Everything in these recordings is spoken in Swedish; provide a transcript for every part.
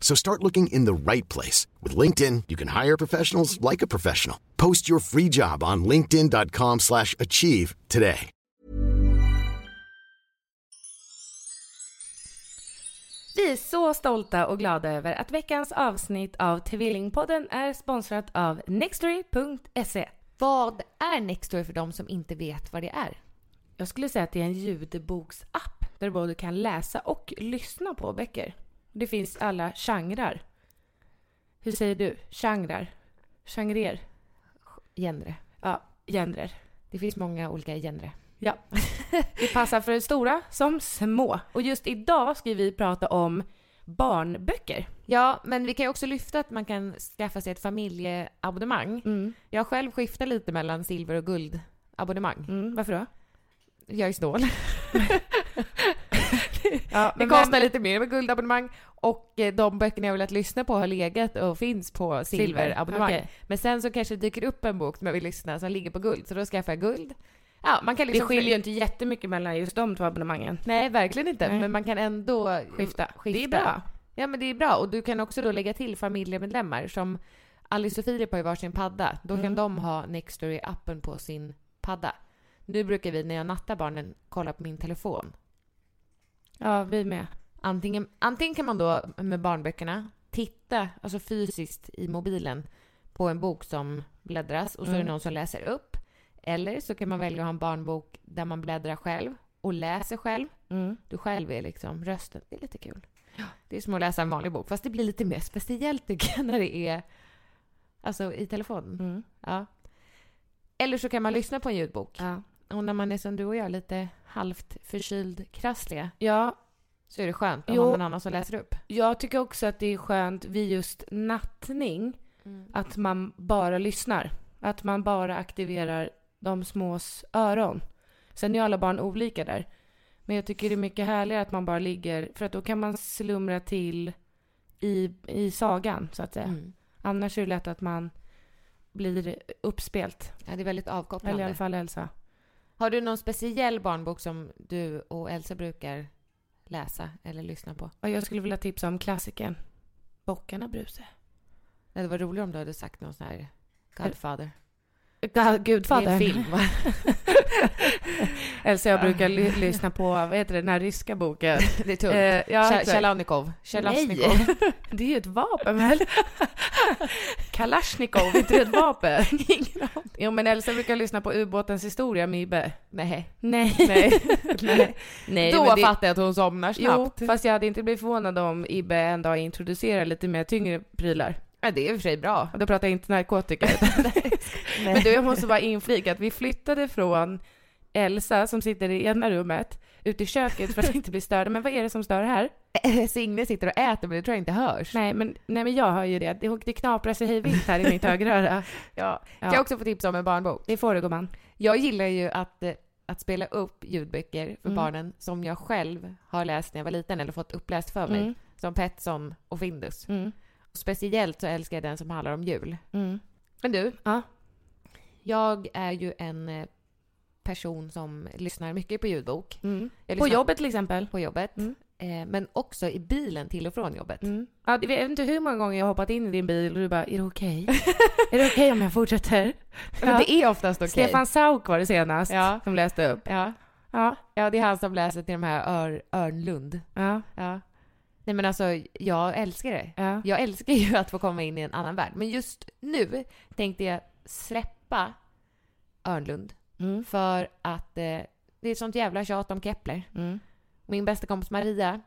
So start looking in the right place. With LinkedIn, you can hire professionals like a professional. Post your free job on linkedin.com slash achieve today. Vi är så stolta och glada över att veckans avsnitt av Tvillingpodden är sponsrat av Nextory.se. Vad är Nextory för de som inte vet vad det är? Jag skulle säga att det är en ljudboksapp där du både kan läsa och lyssna på böcker. Det finns alla genrer. Hur säger du? Genrer? Genrer? Genre. Ja, genrer. Det finns många olika genre. Ja. Det passar för stora som små. Och just idag ska vi prata om barnböcker. Ja, men vi kan ju också lyfta att man kan skaffa sig ett familjeabonnemang. Mm. Jag själv skiftar lite mellan silver och guldabonnemang. Mm, varför då? Jag är snål. Ja, Det kostar lite mer med guldabonnemang och eh, de böckerna jag vill att lyssna på har legat och finns på silverabonnemang. Okej. Men sen så kanske det dyker upp en bok som jag vill lyssna som ligger på guld, så då skaffar jag guld. Ja, man kan Det liksom... skiljer ju inte jättemycket mellan just de två abonnemangen. Nej, verkligen inte. Nej. Men man kan ändå Skifta. skifta. Det är bra. Ja, men det är bra. Och du kan också då lägga till familjemedlemmar som Alice och Filip har ju varsin padda. Då kan Mm. de ha Nextory-appen på sin padda. Nu brukar vi när jag nattar barnen kolla på min telefon. Ja, vi med. Antingen, antingen kan man då med barnböckerna titta, alltså fysiskt i mobilen, på en bok som bläddras och så är Mm. det någon som läser upp. Eller så kan man välja att ha en barnbok där man bläddrar själv och läser själv. Mm. Du själv är liksom rösten. Det är lite kul. Det är som att läsa en vanlig bok, fast det blir lite mer speciellt tycker jag när det är alltså, i telefonen. Mm. Ja. Eller så kan man lyssna på en ljudbok. Ja. Och när man är som du och jag, lite halvt förkyld, krassliga, ja, så är det skönt om Jo. man har någon annan som läser upp. jag tycker också att det är skönt vid just nattning att man bara lyssnar. Att man bara aktiverar de smås öron. Sen är alla barn olika där. Men jag tycker det är mycket härligare att man bara ligger, för att då kan man slumra till i, i sagan, så att säga. Mm. Annars är det lätt att man blir uppspelt. Ja, det är väldigt Eller i avkopplande. alla fall Elsa. Har du någon speciell barnbok som du och Elsa brukar läsa eller lyssna på? Och jag skulle vilja tipsa om klassikern Bockarna Bruse. Nej, Det var roligare om du hade sagt någon sån här Godfather. Ga- Det är en Gudfadern. Äh, film, va? Elsa, jag brukar ly- lyssna på, vad heter det, den här ryska boken? Det är tungt. Eh, ja, Tja- exakt. Tjalanikov. Tjalanikov. Nej, det är ju ett vapen väl? Kalashnikov, inte det ett vapen? Ingen aning. Jo men Elsa brykar lyssna på ubåtens historia med Ibe. Nej. Nej. Nej. Nej. Nej Då men det- fattar jag att hon somnar Jo, snabbt. fast jag hade inte blivit förvånad om Ibe en dag introducerar lite mer tyngre prylar. ja, det är i och för sig bra. Och då pratar jag inte narkotika. Men du, jag måste bara inflika att vi flyttade från Elsa som sitter i ena rummet ut i köket för att inte bli störd. Men vad är det som stör här? Signe sitter och äter men det tror jag inte hörs. Nej men, nej, men jag hör ju det. Det, det knaprar sig hejvilt här i mitt högeröra. Ja. Ja. Kan jag också få tips om en barnbok? Det får du gumman. Jag gillar ju att, eh, att spela upp ljudböcker för Mm. barnen som jag själv har läst när jag var liten eller fått uppläst för mig. Mm, Som Petson och Findus. mm, Speciellt så älskar jag den som handlar om jul. mm. Men du, Ja. jag är ju en eh, person som lyssnar mycket på ljudbok. Mm. Jag På lyssnar- jobbet till exempel. på jobbet. Mm. Eh, men också i bilen till och från jobbet. Mm. Ja, det- jag vet inte hur många gånger jag har hoppat in i din bil och du bara, är det okej? är det okej om jag fortsätter? Men det är oftast okej. Stefan Sauk var det senast Ja. som läste upp. Ja. Ja, ja, det är han som läser till de här Ör, Örnlund. ja, Ja. Nej men alltså, jag älskar det. ja. Jag älskar ju att få komma in i en annan värld. Men just nu tänkte jag släppa Örnlund Mm. För att eh, det är sånt jävla tjat om Kepler. Mm. Min bästa kompis Maria,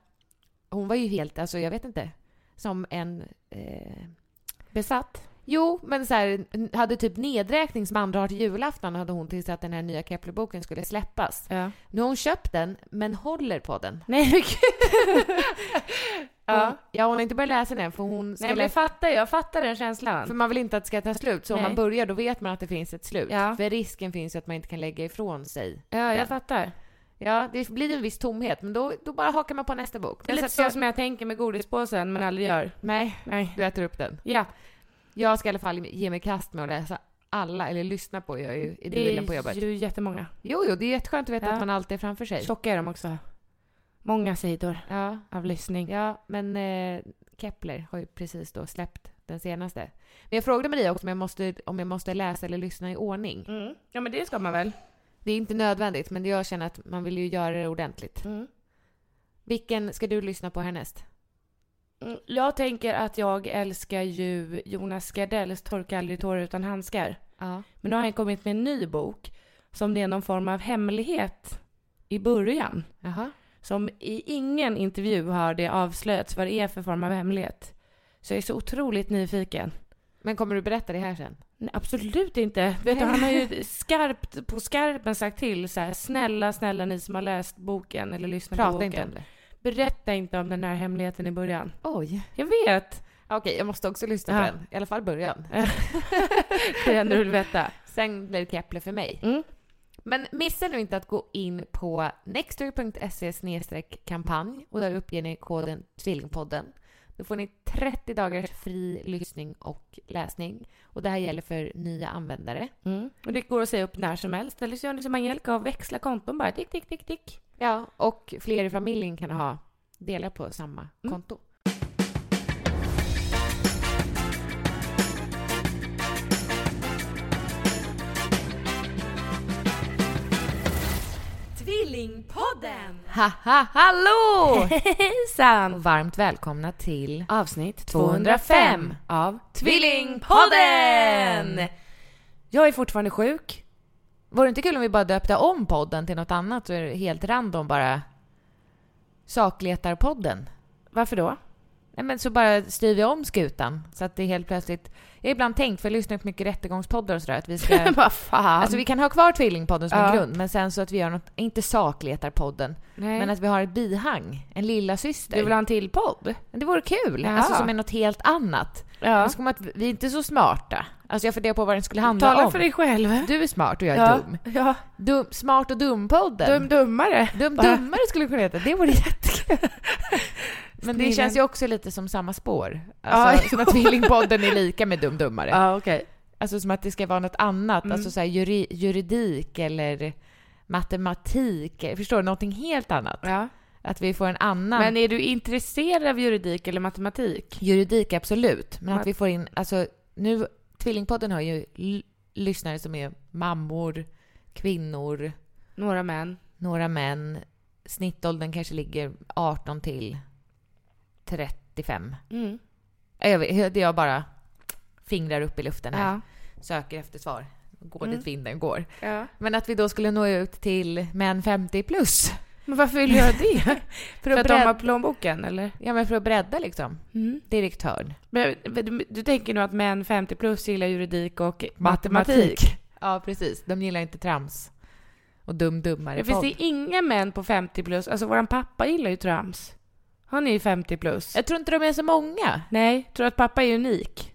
hon var ju helt, alltså jag vet inte, som en... Eh, Besatt. jo, men så här, n- hade typ nedräkning som andra har till julafton hade hon tills att den här nya Kepler-boken skulle släppas. Ja. Nu har hon köpt den, men håller på den. Nej men gud. Hon, ja. ja, hon har inte börjat läsa den för hon ska Nej men jag läsa, fattar, jag fattar den känslan. för man vill inte att det ska ta slut. Så om Nej. man börjar då vet man att det finns ett slut. Ja. För risken finns ju att man inte kan lägga ifrån sig. Ja, den. jag fattar. Ja, det blir en viss tomhet, men då, då bara hakar man på nästa bok. Det är Men lite så så att som jag tänker med godispåsen men aldrig gör. Nej, Nej. du äter upp den. Ja, Jag ska i alla fall ge mig i kast med att läsa alla, eller lyssna på, jag är ju det i bilen på är jobbet. ju jättemånga. Jo, jo, det är jätteskönt att veta Ja. att man alltid är framför sig. Tjocka är de också. Många sidor Ja, av lyssning. ja men eh, Kepler har ju precis då släppt den senaste. Men jag frågade Maria också om jag måste, om jag måste läsa eller lyssna i ordning. Mm. Ja men det ska man väl? Det är inte nödvändigt, men jag känner att man vill ju göra det ordentligt. Mm. Vilken ska du lyssna på härnäst? Mm, Jag tänker att jag älskar ju Jonas Gardells Torka aldrig tårar utan handskar. Ja. Men nu har han kommit med en ny bok som det är någon form av hemlighet i början. Jaha. Som i ingen intervju har det avslöjats vad det är för form av hemlighet. Så jag är så otroligt nyfiken. Men kommer du berätta det här sen? Nej, absolut inte. Vet du, han har ju skarpt på skarpen sagt till så här, snälla, snälla ni som har läst boken eller lyssnat på Prata boken. inte om det. Berätta inte om den här hemligheten i början. Oj. Jag vet. Okej, jag måste också lyssna Ja. på den. I alla fall början. Det är ändå veta. Sen blir det Kepler för mig. Mm. Men missa nu inte att gå in på nextdoor.se kampanj och där uppger ni koden Tvillingpodden. Då får ni 30 dagars fri lyssning och läsning. Och det här gäller för nya användare. Mm. Och det går att säga upp när som helst. Eller så gör ni som Angelica och växlar konton bara. Tick, tick, tick, tick. Ja, och fler i familjen kan ha dela på samma Mm. konto. Tvillingpodden! Haha, hallå! Hejsan! Varmt välkomna till Avsnitt 205 205 av Tvillingpodden! Jag är fortfarande sjuk. Vore det inte kul om vi bara döpte om podden till något annat och är det helt random bara Sakletarpodden? Varför då? Nej men så bara styr vi om skutan så att det helt plötsligt... Jag har ibland tänkt, för jag lyssnar på mycket rättegångspoddar och sådär, att vi ska... Vad fan? alltså vi kan ha kvar Tvillingpodden som Ja. en grund men sen så att vi gör något, inte Sakletarpodden, Nej. men att vi har ett bihang, en lilla syster. du vill ha en till podd? Men Det vore kul, Ja. alltså som är något helt annat. Ja. Då ska man att vi är inte så smarta. Alltså jag funderar på vad den skulle handla Tala om. för dig själv. Du är smart och jag är ja. dum. Ja. dum. Smart och dum-podden. Dum dummare. Dum Bara- dummare skulle det kunna heta. Det vore jättekul. Men det Snillen. känns ju också lite som samma spår. Ja, Alltså, som jo. att Tvillingpodden är lika med Dum Dummare. Ja, okej. Alltså som att det ska vara något annat. Mm. Alltså så här juri, juridik eller matematik. Förstår du? Någonting helt annat. Ja. Att vi får en annan... Men är du intresserad av juridik eller matematik? Juridik, absolut. Men att Mat- vi får in... Alltså nu... Tvillingpodden har ju l- lyssnare som är mammor, kvinnor, Några män. några män. Snittåldern kanske ligger 18 till 35. Mm. Ja, Jag vet, det är jag bara fingrar upp i luften här. Ja. Söker efter svar. Går Mm. dit vinden går. ja. Men att vi då skulle nå ut till män 50 plus. Men varför vill du göra det? för, att att de bred- har plånboken eller? Ja, men för att bredda liksom. Mm. Direktörn. Men, men du, du tänker nu att män 50 plus gillar juridik och matematik? Matematik. Ja, precis. De gillar inte trams. Och dum dummare Det finns folk. det inga män på 50 plus. Alltså våran pappa gillar ju trams. Han är ju 50 plus. Jag tror inte de är så många. Nej, tror du att pappa är unik?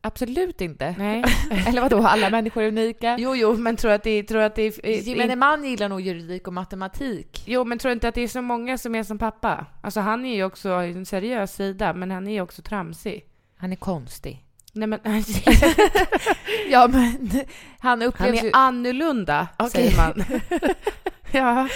Absolut inte. Nej. Eller vadå, alla människor är unika. jo, jo, men tror att det, tror att det är... Gemene man gillar nog juridik och matematik. Jo, men tror inte att det är så många som är som pappa? Alltså han är ju också har ju en seriös sida, men han är ju också tramsig. Han är konstig. Nej men... Ja, men han han upplevs är ju... annorlunda, Okej. säger man. ja.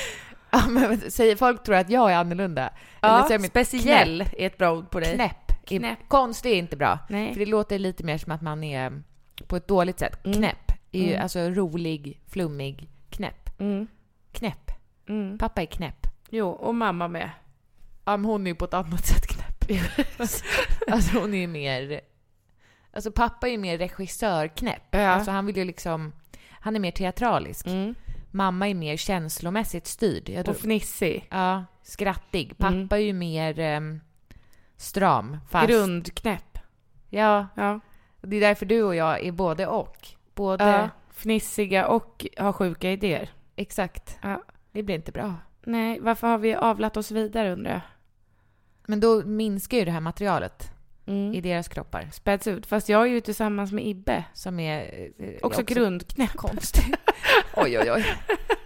Ja, men säger folk tror att jag är annorlunda. Eller så är ja de speciell är ett bra ord på dig. Knäpp. Knäpp. Konstig är inte bra. För Nej. det låter lite mer som att man är mm, på ett dåligt sätt. Mm. Knäpp är ju Mm. alltså rolig, flummig, knäpp. Mm. Knäpp. Mm. Pappa är knäpp. Jo, och mamma med. Ja, men hon är ju på ett annat sätt knäpp. alltså hon är ju mer... Alltså pappa är ju mer regissörknäpp. Ja. Alltså han vill ju liksom... Han är mer teatralisk. Mm. Mamma är mer känslomässigt styrd. Jag tror, Och fnissig. ja, skrattig. Pappa Mm. är ju mer ehm, stram. Fast, Grundknäpp. Ja, Ja. det är därför du och jag är både och. Både... ja. Fnissiga och har sjuka idéer. Exakt. Ja. Det blir inte bra. Nej, varför har vi avlat oss vidare undrar jag? Men då minskar ju det här materialet i Mm. deras kroppar. Späds ut. Fast jag är ju tillsammans med Ibbe. Som är... eh, Också, grundknäpp. konstigt. oj, oj, oj.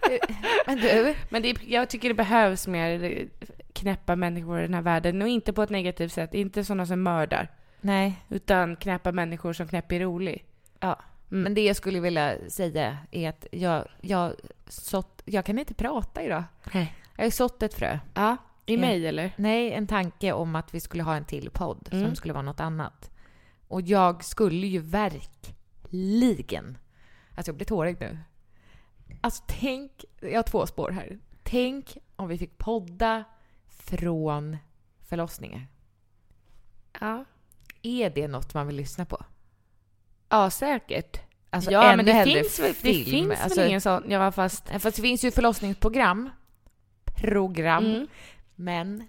Men du, Men det, är- jag tycker det behövs mer knäppa människor i den här världen. Och inte på ett negativt sätt. Inte sådana som mördar. nej. Utan knäppa människor som knäpp är rolig. Ja. Mm. Men det jag skulle vilja säga är att jag, jag sått... Jag kan inte prata idag. Nej. Jag har sått ett frö. Ja. I Ja. mig eller? Nej, en tanke om att vi skulle ha en till podd Mm. som skulle vara något annat. Och jag skulle ju verkligen... Alltså jag blir tårögd nu. Alltså tänk, jag har två spår här. Tänk om vi fick podda från förlossningar. Ja. Är det något man vill lyssna på? Ja, säkert. Alltså ja, ännu men det hellre finns, väl- det film. finns alltså, väl ingen sån? Ja, fast... Fast det finns ju förlossningsprogram. Program. Mm. Men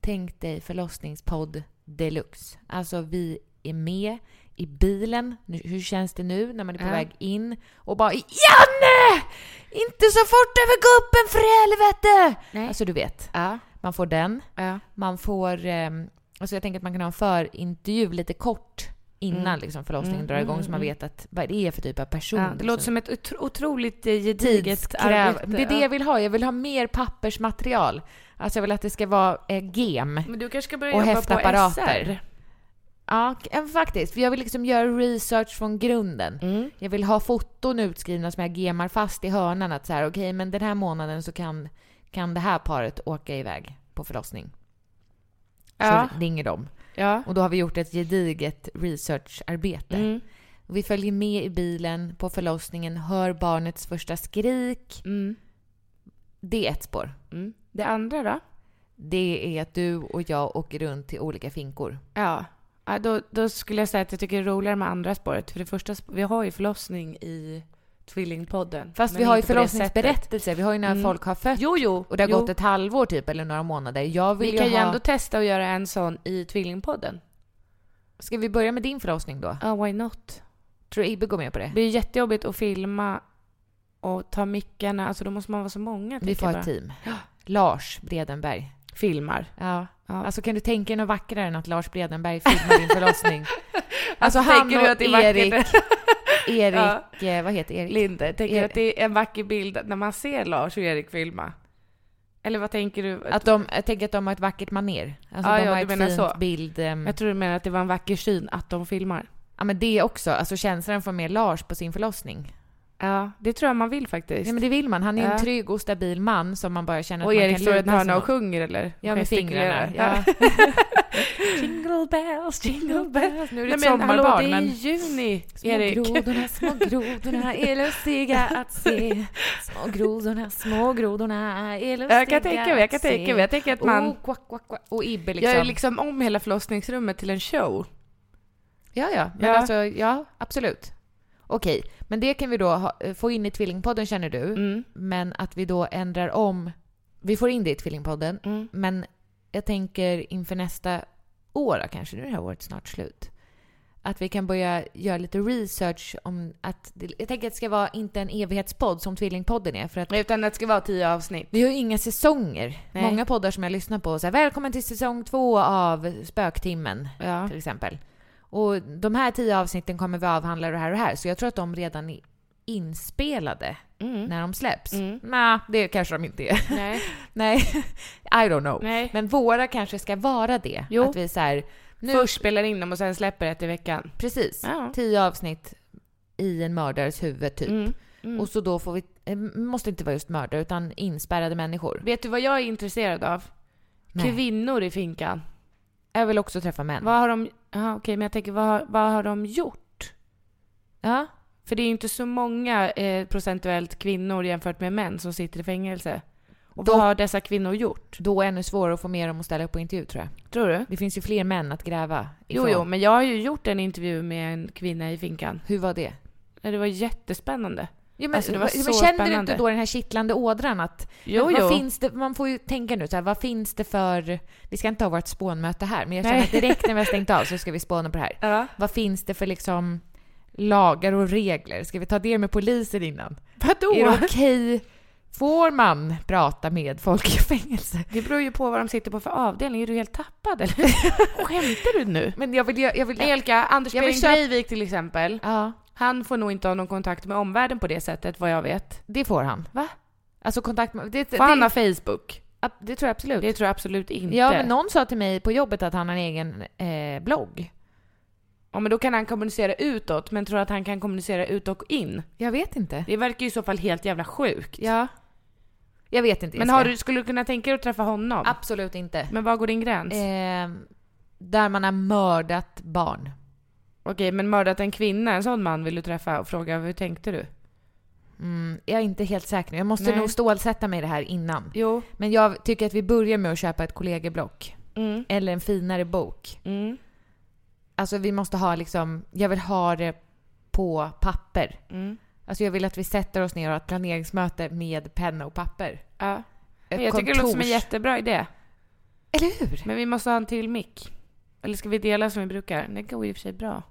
tänk dig förlossningspodd deluxe. Alltså vi är med i bilen. Nu- Hur känns det nu när man är på Ja. väg in? Och bara Janne! Inte så fort över guppen för helvete! Nej. Alltså du vet, Ja. man får den. ja. Man får... ehm, alltså jag tänker att man kan ha en förintervju lite kort innan Mm. liksom förlossningen Mm, drar igång mm, så man mm. vet att vad det är för typ av person. Ja, det låter liksom. som ett otro- otroligt eh, gediget tidskräv. arbete. Det är det jag vill ha. Jag vill ha mer pappersmaterial. Alltså jag vill att det ska vara eh, gem. Men du kanske ska börja Och jobba på häftapparater. SR? Ja, k- eh, faktiskt. För jag vill liksom göra research från grunden. Mm. Jag vill ha foton utskrivna som jag gemar fast i hörnan. Att så här, okej, men den här månaden så kan, kan det här paret åka iväg på förlossning. Så Ja. ringer de. Ja. Och då har vi gjort ett gediget researcharbete. Mm. Och Vi följer med i bilen på förlossningen, hör barnets första skrik. Mm. Det är ett spår. Mm. Det andra då? Det är att du och jag åker runt till olika finkor. Ja. ja då, då skulle jag säga att jag tycker det är roligare med andra spåret. För det första, sp- vi har ju förlossning i Tvillingpodden. Fast men vi har ju inte på det sättet. förlossningsberättelser. Vi har ju när Mm. folk har fött. Jo, jo. Och det har jo. gått ett halvår typ, eller några månader. Jag vill Vi ju kan ju ha... ändå testa att göra en sån i Tvillingpodden. Ska vi börja med din förlossning då? Ja, why not? Tror du Ibbe går med på det? Det blir jättejobbigt att filma och ta mickarna. Alltså då måste man vara så många. Vi tänker får jag ha bara. ett team. Lars Bredenberg. Filmar. Ja. Ja. Alltså kan du tänka dig något vackrare än att Lars Bredenberg filmar din förlossning? Alltså han tänker du att och det är vackert? Erik... Erik... eh, Vad heter Erik? Linde, tänker du Erik. att det är en vacker bild när man ser Lars och Erik filma? Eller vad tänker du? Att de, jag tänker att de har ett vackert maner. Alltså Ja, de ja, har du ett menar fint så. bild... ehm, Jag tror du menar att det var en vacker syn att de filmar. Ja men det också. Alltså känslan får med Lars på sin förlossning. Ja, det tror jag man vill faktiskt. Ja men det vill man. Han är Ja. en trygg och stabil man som man bara känner och att man Erik kan står i ett lita hörn och sig mot. sjunger eller? Ja med Gestikulerar. fingrarna. Ja. jingle bells, jingle bells. Nu är det Nej ett men hallå, det sommarbarn är men... i juni, Små Erik. grodorna, små grodorna är lustiga att se. Små grodorna, små grodorna är lustiga Jag kan tänka mig, jag kan tänka mig. Jag tänker att man... Oh, quack, quack, quack. Och Ibbe liksom. Jag är liksom om hela förlossningsrummet till en show. Ja, ja. Men Ja. alltså, ja, absolut. Okej, men det kan vi då ha, eh, få in i Tvillingpodden känner du. Mm. Men att vi då ändrar om. Vi får in det i Tvillingpodden. Mm. Men jag tänker inför nästa år då, kanske, nu är det här året snart slut. Att vi kan börja göra lite research om att... det- Jag tänker att det ska vara inte en evighetspodd som Tvillingpodden är. För att Utan att det ska vara tio avsnitt. vi har ju inga säsonger. Nej. Många poddar som jag lyssnar på så här, “Välkommen till säsong två av Spöktimmen” Ja. till exempel. Och de här tio avsnitten kommer vi avhandla det här och det här. Så jag tror att de redan är inspelade Mm. när de släpps. Mm. Nej, det kanske de inte är. Nej. Nej, I don't know. Nej. Men våra kanske ska vara det. Jo. Att vi så här, nu, Först spelar in dem och sen släpper ett i veckan. precis, Ja. tio avsnitt i en mördares huvud typ. Mm. Mm. Och så då får vi, eh, måste inte vara just mördare utan inspärrade människor. Vet du vad jag är intresserad av? Nej. Kvinnor i finkan. Jag vill också träffa män. Vad har de... Ja, okej, men jag tänker vad har, vad har de gjort? Ja. För det är ju inte så många eh, procentuellt kvinnor jämfört med män som sitter i fängelse. Och Dock- vad har dessa kvinnor gjort? Då är det ännu svårare att få med dem att ställa upp på intervju tror jag. Tror du? Det finns ju fler män att gräva Jo, ifrån. jo, men jag har ju gjort en intervju med en kvinna i finkan. Hur var det? Det var jättespännande. Ja, men, Alltså, det var men så känner du spännande. inte då den här kittlande ådran att Jo, vad jo. Finns det, man får ju tänka nu så här, vad finns det för, vi ska inte ha vårt spånmöte här, men jag känner Nej. att direkt när vi har stängt av så ska vi spåna på det här. Ja. Vad finns det för liksom lagar och regler? Ska vi ta det med polisen innan? Vadå? Är det okej? Får man prata med folk i fängelse? Det beror ju på vad de sitter på för avdelning. Är du helt tappad eller? Skämtar du nu? Men jag vill ju... Jag vill, Elka, Anders Jag vill Behring köpa- Breivik till exempel. ja, Han får nog inte ha någon kontakt med omvärlden på det sättet vad jag vet. det får han. Va? Alltså kontakt med... Det, det, Får han ha Facebook? ja, det tror jag absolut. Det tror jag absolut inte. ja, men någon sa till mig på jobbet att han har en egen eh, blogg. ja, men då kan han kommunicera utåt, men tror att han kan kommunicera ut och in? Jag vet inte. Det verkar ju i så fall helt jävla sjukt. Ja. Jag vet inte. Men Jessica. har du, skulle du kunna tänka dig att träffa honom? Absolut inte. Men var går din gräns? Eh, där man har mördat barn. Okej, men mördat en kvinna, en sån man vill du träffa och fråga hur tänkte du? Mm, jag är inte helt säker nu. Jag måste Nej. nog stålsätta mig i det här innan. Jo. Men jag tycker att vi börjar med att köpa ett kollegieblock. Mm. Eller en finare bok. Mm. Alltså vi måste ha liksom, jag vill ha det på papper. Mm. Alltså jag vill att vi sätter oss ner och har ett planeringsmöte med penna och papper. Ja. Ett Men jag tycker det låter som en kontors- jättebra idé. Eller hur? Men vi måste ha en till mick. Eller ska vi dela som vi brukar? Det går ju i och för sig bra.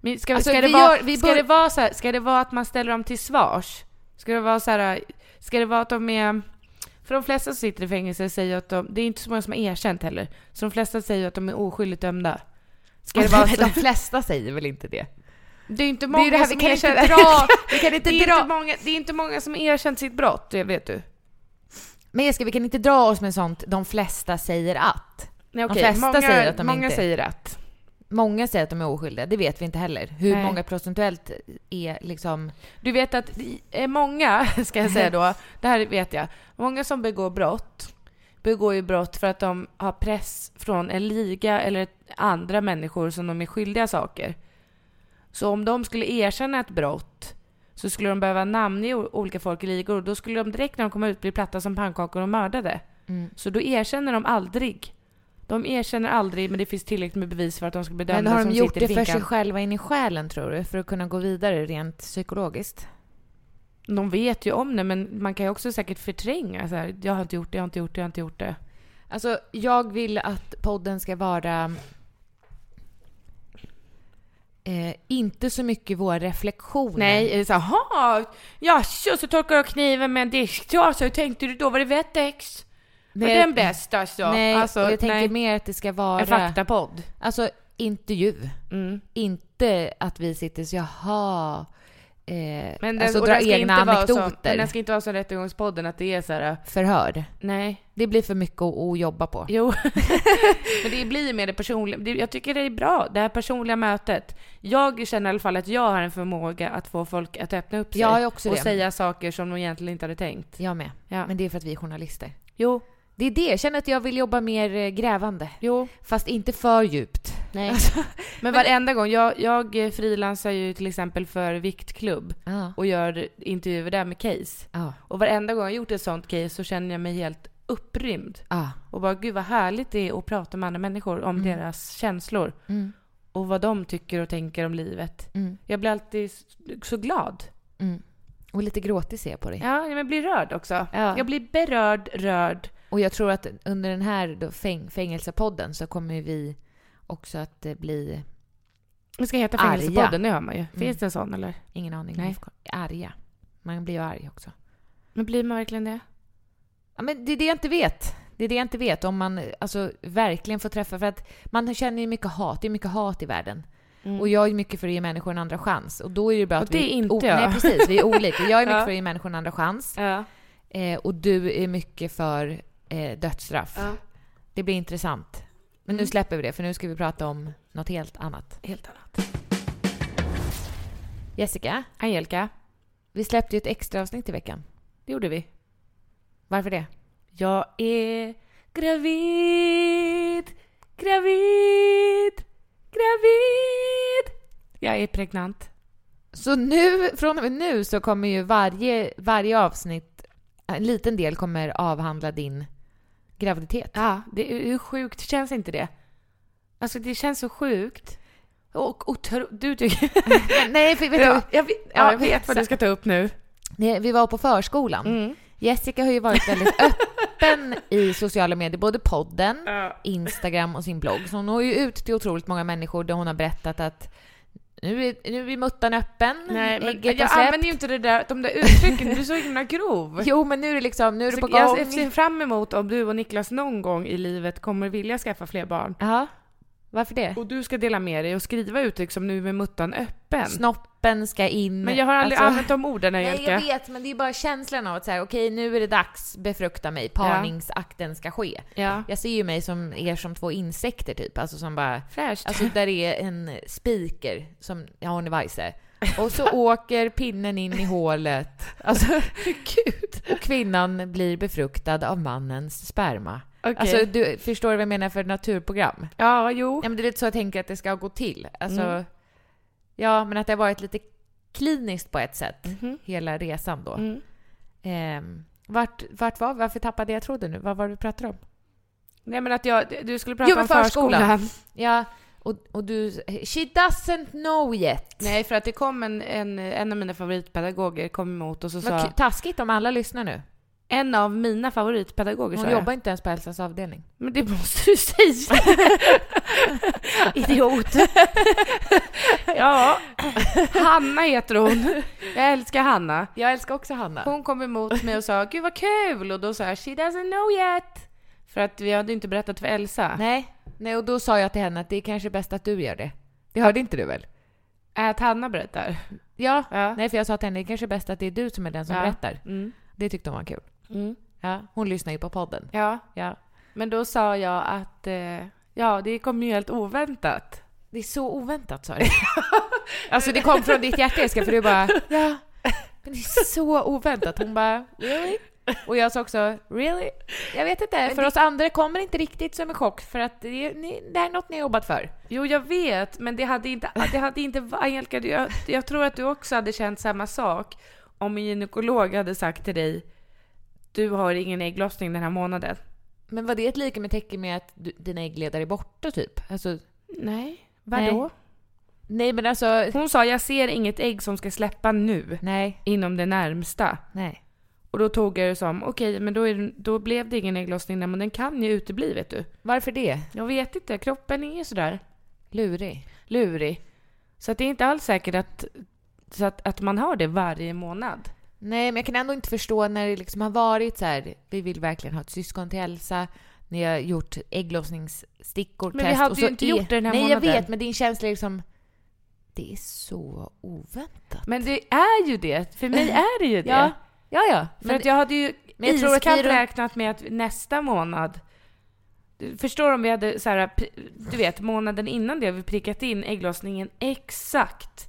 Men ska, Alltså, ska, det, vi vara, gör- vi ska bör- det vara så här, ska det vara att man ställer dem till svars? Ska det vara så här, ska det vara att de är... För de flesta som sitter i fängelse säger att de... Det är inte så många som har erkänt heller. Så de flesta säger att de är oskyldigt dömda. Ska det vara så? De flesta säger väl inte det? Det är inte Det är många ju det här vi som kan inte erkänt- dra... Vi kan inte Det är inte dra... många, det är inte många som erkänt sitt brott, det vet du. Men Jessica, vi kan inte dra oss med sånt de flesta säger att. Nej, okej, många- många många säger att. Många säger att de är oskyldiga, det vet vi inte heller. Hur Nej. många procentuellt är liksom... Du vet att eh, många, ska jag säga då, det här vet jag, många som begår brott begår ju brott för att de har press från en liga eller andra människor som de är skyldiga saker. Så om de skulle erkänna ett brott så skulle de behöva namnge o- olika folk i ligor och då skulle de direkt när de kom ut bli platta som pannkakor och mördade. Mm. Så då erkänner de aldrig. De erkänner aldrig men det finns tillräckligt med bevis för att de ska bli dömda Men har de som gjort sitter det i för finkan. sig själva in i själen tror du? För att kunna gå vidare rent psykologiskt? De vet ju om det, men man kan ju också säkert förtränga. Så här, jag har inte gjort det, jag har inte gjort det, jag har inte gjort det. Alltså, jag vill att podden ska vara... Eh, inte så mycket våra reflektioner. Nej, är det så här, "Jaha, jaså, så torkar jag kniven med en disktrasa. Hur tänkte du då? Var det Wettex? Var Nej. den bäst alltså? nej alltså, jag tänker nej. mer att det ska vara... En faktapodd. Alltså, intervju. Mm. Inte att vi sitter så jaha... Eh, Men den, alltså och dra den ska egna inte vara så- anekdoter. Men den ska inte vara som Rättegångspodden, att det är så här, Förhör. nej, Det blir för mycket att, att jobba på. jo. men det blir mer det personliga. Det- Jag tycker det är bra, det här personliga mötet. Jag känner i alla fall att jag har en förmåga att få folk att öppna upp sig. Jag har också och det. säga saker som de egentligen inte hade tänkt. Jag med. Ja. Men det är för att vi är journalister. Jo, Det är det. Jag känner att jag vill jobba mer eh, grävande. jo. Fast inte för djupt. Nej. Alltså, men varenda gång. Jag, jag eh, frilansar ju till exempel för Viktklubb Ja. och gör intervjuer där med case. Ja. Och varenda gång jag gjort ett sånt case så känner jag mig helt upprymd. Ja. Och bara gud vad härligt det är att prata med andra människor om deras känslor. Mm. Och vad de tycker och tänker om livet. Mm. Jag blir alltid s- så glad. Mm. Och lite gråtig ser jag på dig. Ja, men jag blir rörd också. Ja. Jag blir berörd, rörd. Och jag tror att under den här då fäng fängelsepodden så kommer vi också att eh, bli, Vi ska heta Arga. Fängelsepodden, det hör man ju. Finns det en sån eller? ingen aning, Nej. arga. Man blir ju arg också. Men blir man verkligen det? Ja, men det är det jag inte vet. Det är det jag inte vet om man alltså, verkligen får träffa. För att man känner ju mycket hat. Det är mycket hat i världen. Mm. Och jag är mycket för att ge människor en andra chans. Och då är det bra Och att det vi... är inte o- jag. Nej, precis. Vi är olika. Jag är mycket Ja. för att ge människor en andra chans. Ja. Eh, och du är mycket för eh, dödsstraff. Det blir intressant. Men Mm. nu släpper vi det, för nu ska vi prata om något helt annat. Helt annat. Jessica, Angelica, vi släppte ju ett extra avsnitt i veckan. det gjorde vi. Varför det? Jag är gravid, gravid, gravid. Jag är pregnant. Så nu, från och med nu så kommer ju varje, varje avsnitt, en liten del kommer avhandla din graviditet. Ja, det är, hur sjukt känns inte det? Alltså det känns så sjukt. Och otro... Du tycker... Nej, för, vet du, ja, jag vet, ja, jag vet vad så- du ska Mm. ta upp nu. Nej, vi var på förskolan. Jessica har ju varit väldigt öppen i sociala medier, både podden, Instagram och sin blogg. Så hon når ju ut till otroligt många människor där hon har berättat att nu är, nu är muttan öppen, Nej, men ägget har jag släppt. använder ju inte det där, de där uttrycken, du är så himla grov. Jo, men nu är det liksom, nu är det på Så gång. jag jag ser fram emot om du och Niklas någon gång i livet kommer vilja skaffa fler barn. Ja. Varför det? Och du ska dela med dig och skriva uttryck som nu med muttan öppen. Snoppen ska in. Men jag har aldrig Alltså- använt de orden, Nej, jag Angelica. vet, men det är bara känslan av att så här, okej, nu är det dags, befrukta mig, parningsakten ska ske. Ja. Jag ser ju mig som er som två insekter typ, alltså som bara... Fräscht. Alltså där är en spiker som, ja hon är vajse. Och så åker pinnen in i hålet. Alltså, gud. Och kvinnan blir befruktad av mannens sperma. Okej. Alltså du, förstår du vad jag menar för naturprogram? ja, jo. Ja men det är lite så jag tänker att det ska gå till. Alltså, Mm. ja men att det har varit lite kliniskt på ett sätt, mhm. hela resan då. Mm. Ehm, vart, vart var Varför tappade jag tråden nu? Vad var det vi pratade om? Nej men att jag, du skulle prata Jo, men om förskolan. förskolan. Ja, och, och du... She doesn't know yet. Nej, för att det kom en, en, en av mina favoritpedagoger kom emot och så Vad sa... k- taskigt om alla lyssnar nu. En av mina favoritpedagoger sa Hon jag. jobbar inte ens på Elsas avdelning. Men det måste du säga! Idiot! ja, Hanna heter hon. Jag älskar Hanna. Jag älskar också Hanna. Hon kom emot mig och sa “Gud vad kul” och då sa jag “She doesn't know yet”. För att vi hade inte berättat för Elsa. Nej. Nej, och då sa jag till henne att det är kanske bäst att du gör det. Det hörde inte du väl? Äh, Att Hanna berättar. Ja. Ja. Nej, för jag sa till henne det är kanske bäst att det är du som är den som Ja. berättar. Mm. Det tyckte hon var kul. Mm. Ja. Hon lyssnar ju på podden. Ja, Ja. men då sa jag att eh, ja, det kom ju helt oväntat. Det är så oväntat sa du. alltså det kom från ditt hjärta Jessica för du bara ja. Men det är så oväntat. Hon bara really? Och jag sa också really? Jag vet inte. För oss andra kommer inte riktigt som en chock för att det, är- ni, det här är något ni har jobbat för. Jo, jag vet, men det hade inte... Det hade inte Angelica, jag, jag tror att du också hade känt samma sak om en gynekolog hade sagt till dig du har ingen ägglossning den här månaden. Men var det ett lika med tecken med att du, dina äggledare är borta typ? Alltså, Nej, vadå? Nej. nej men alltså. Hon sa jag ser inget ägg som ska släppa nu, Nej, inom det närmsta. nej. Och då tog jag det som, okej, men då, är, det- då blev det ingen ägglossning, där, men den kan ju utebli vet du. Varför det? Jag vet inte, kroppen är ju sådär Lurig. lurig. Så att det är inte alls säkert att, så att, att man har det varje månad. Nej, men jag kan ändå inte förstå när det liksom har varit så här. Vi vill verkligen ha ett syskon till Elsa. Ni har gjort ägglossningsstickor, Men vi test, hade och ju så inte gjort det den här Nej, månaden. jag vet, men din känsla är liksom... Det är så oväntat. Men det är ju det. För mig är det ju det. Ja, ja, ja. För men, att jag hade ju men jag tror att iskallt vi är runt- räknat med att nästa månad... Du Förstår om vi hade så här, pri- du vet, månaden innan det har vi prickat in ägglossningen exakt.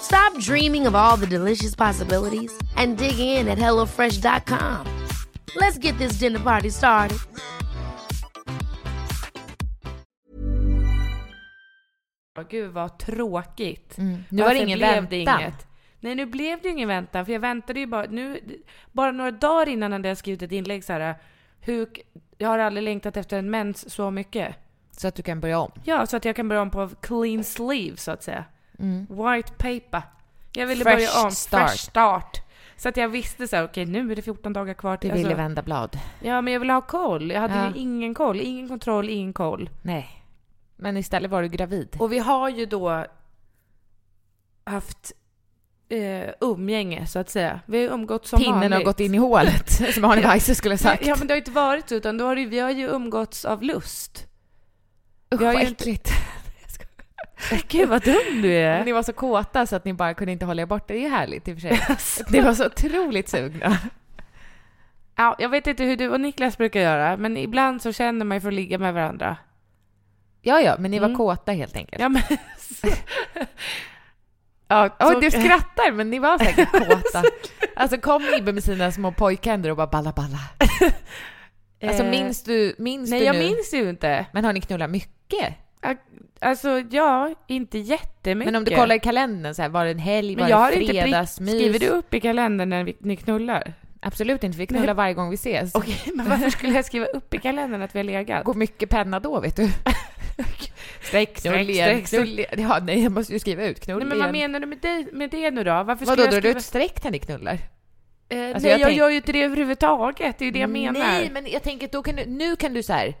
Stop dreaming of all the delicious possibilities and dig in at HelloFresh.com. Let's get this dinner party started. Åh, gud vad tråkigt. Nu var det ingen blev Mm. väntan. inget? Nej, nu blev det ju ingen väntan, för jag väntade ju bara... Nu, bara några dagar innan hade jag skrivit ett inlägg så här. Hur, jag har aldrig längtat efter en mens så mycket. Så att du kan börja om. Ja, så att jag kan börja om på clean sleeve, så att säga. White paper. Jag ville Mm. Fresh börja om. start. Fresh start. Så att jag visste så här, okej, nu är det 14 dagar kvar Du till... ville alltså- vända blad. Ja, men jag ville ha koll. Jag hade Ja. ju ingen koll. Ingen kontroll, ingen koll. Nej. Men istället var du gravid. Och vi har ju då haft eh, umgänge, så att säga. Vi har ju umgått som Pinnen har vanligt. gått in i hålet, som Arne Weise skulle ha sagt. Ja, men det har ju inte varit så, utan då har det, ju- vi har ju umgåtts av lust. Usch, vi har vad ju inte- äckligt. Gud, vad dum du Ni var så kåta så att ni bara kunde inte hålla er borta. Det är ju härligt i och för sig. Ni var så otroligt sugna. Ja, jag vet inte hur du och Niklas brukar göra, men ibland så känner man ju för att ligga med varandra. Ja, ja, men ni var Mm. kåta helt enkelt. Ja, men... ja, Oj, så- du skrattar, men ni var säkert kåta. Alltså kom Ibbe med sina små pojkhänder och bara balla balla. Alltså Eh, minns du, minns Nej, du jag nu? minns ju inte. Men har ni knullat mycket? Alltså, ja, inte jättemycket. Men om du kollar i kalendern så här, var det en helg, Men var jag har det inte prick... fredagsmys? Skriver du upp i kalendern när vi, ni knullar? Absolut inte, vi knullar Nej. varje gång vi ses. Okej, men varför skulle jag skriva upp i kalendern att vi har legat? går mycket penna då, vet du. streck, streck, streck. Ja, nej, jag måste ju skriva ut knull Nej, men vad igen. menar du med det, med det nu då? Varför skulle Vadå, drar jag du skriva... ut streck när ni knullar? Eh, Alltså, nej, jag jag, tänk- gör ju inte det överhuvudtaget. Det är ju det jag menar. Nej, men jag tänker att då kan du, nu kan du så här,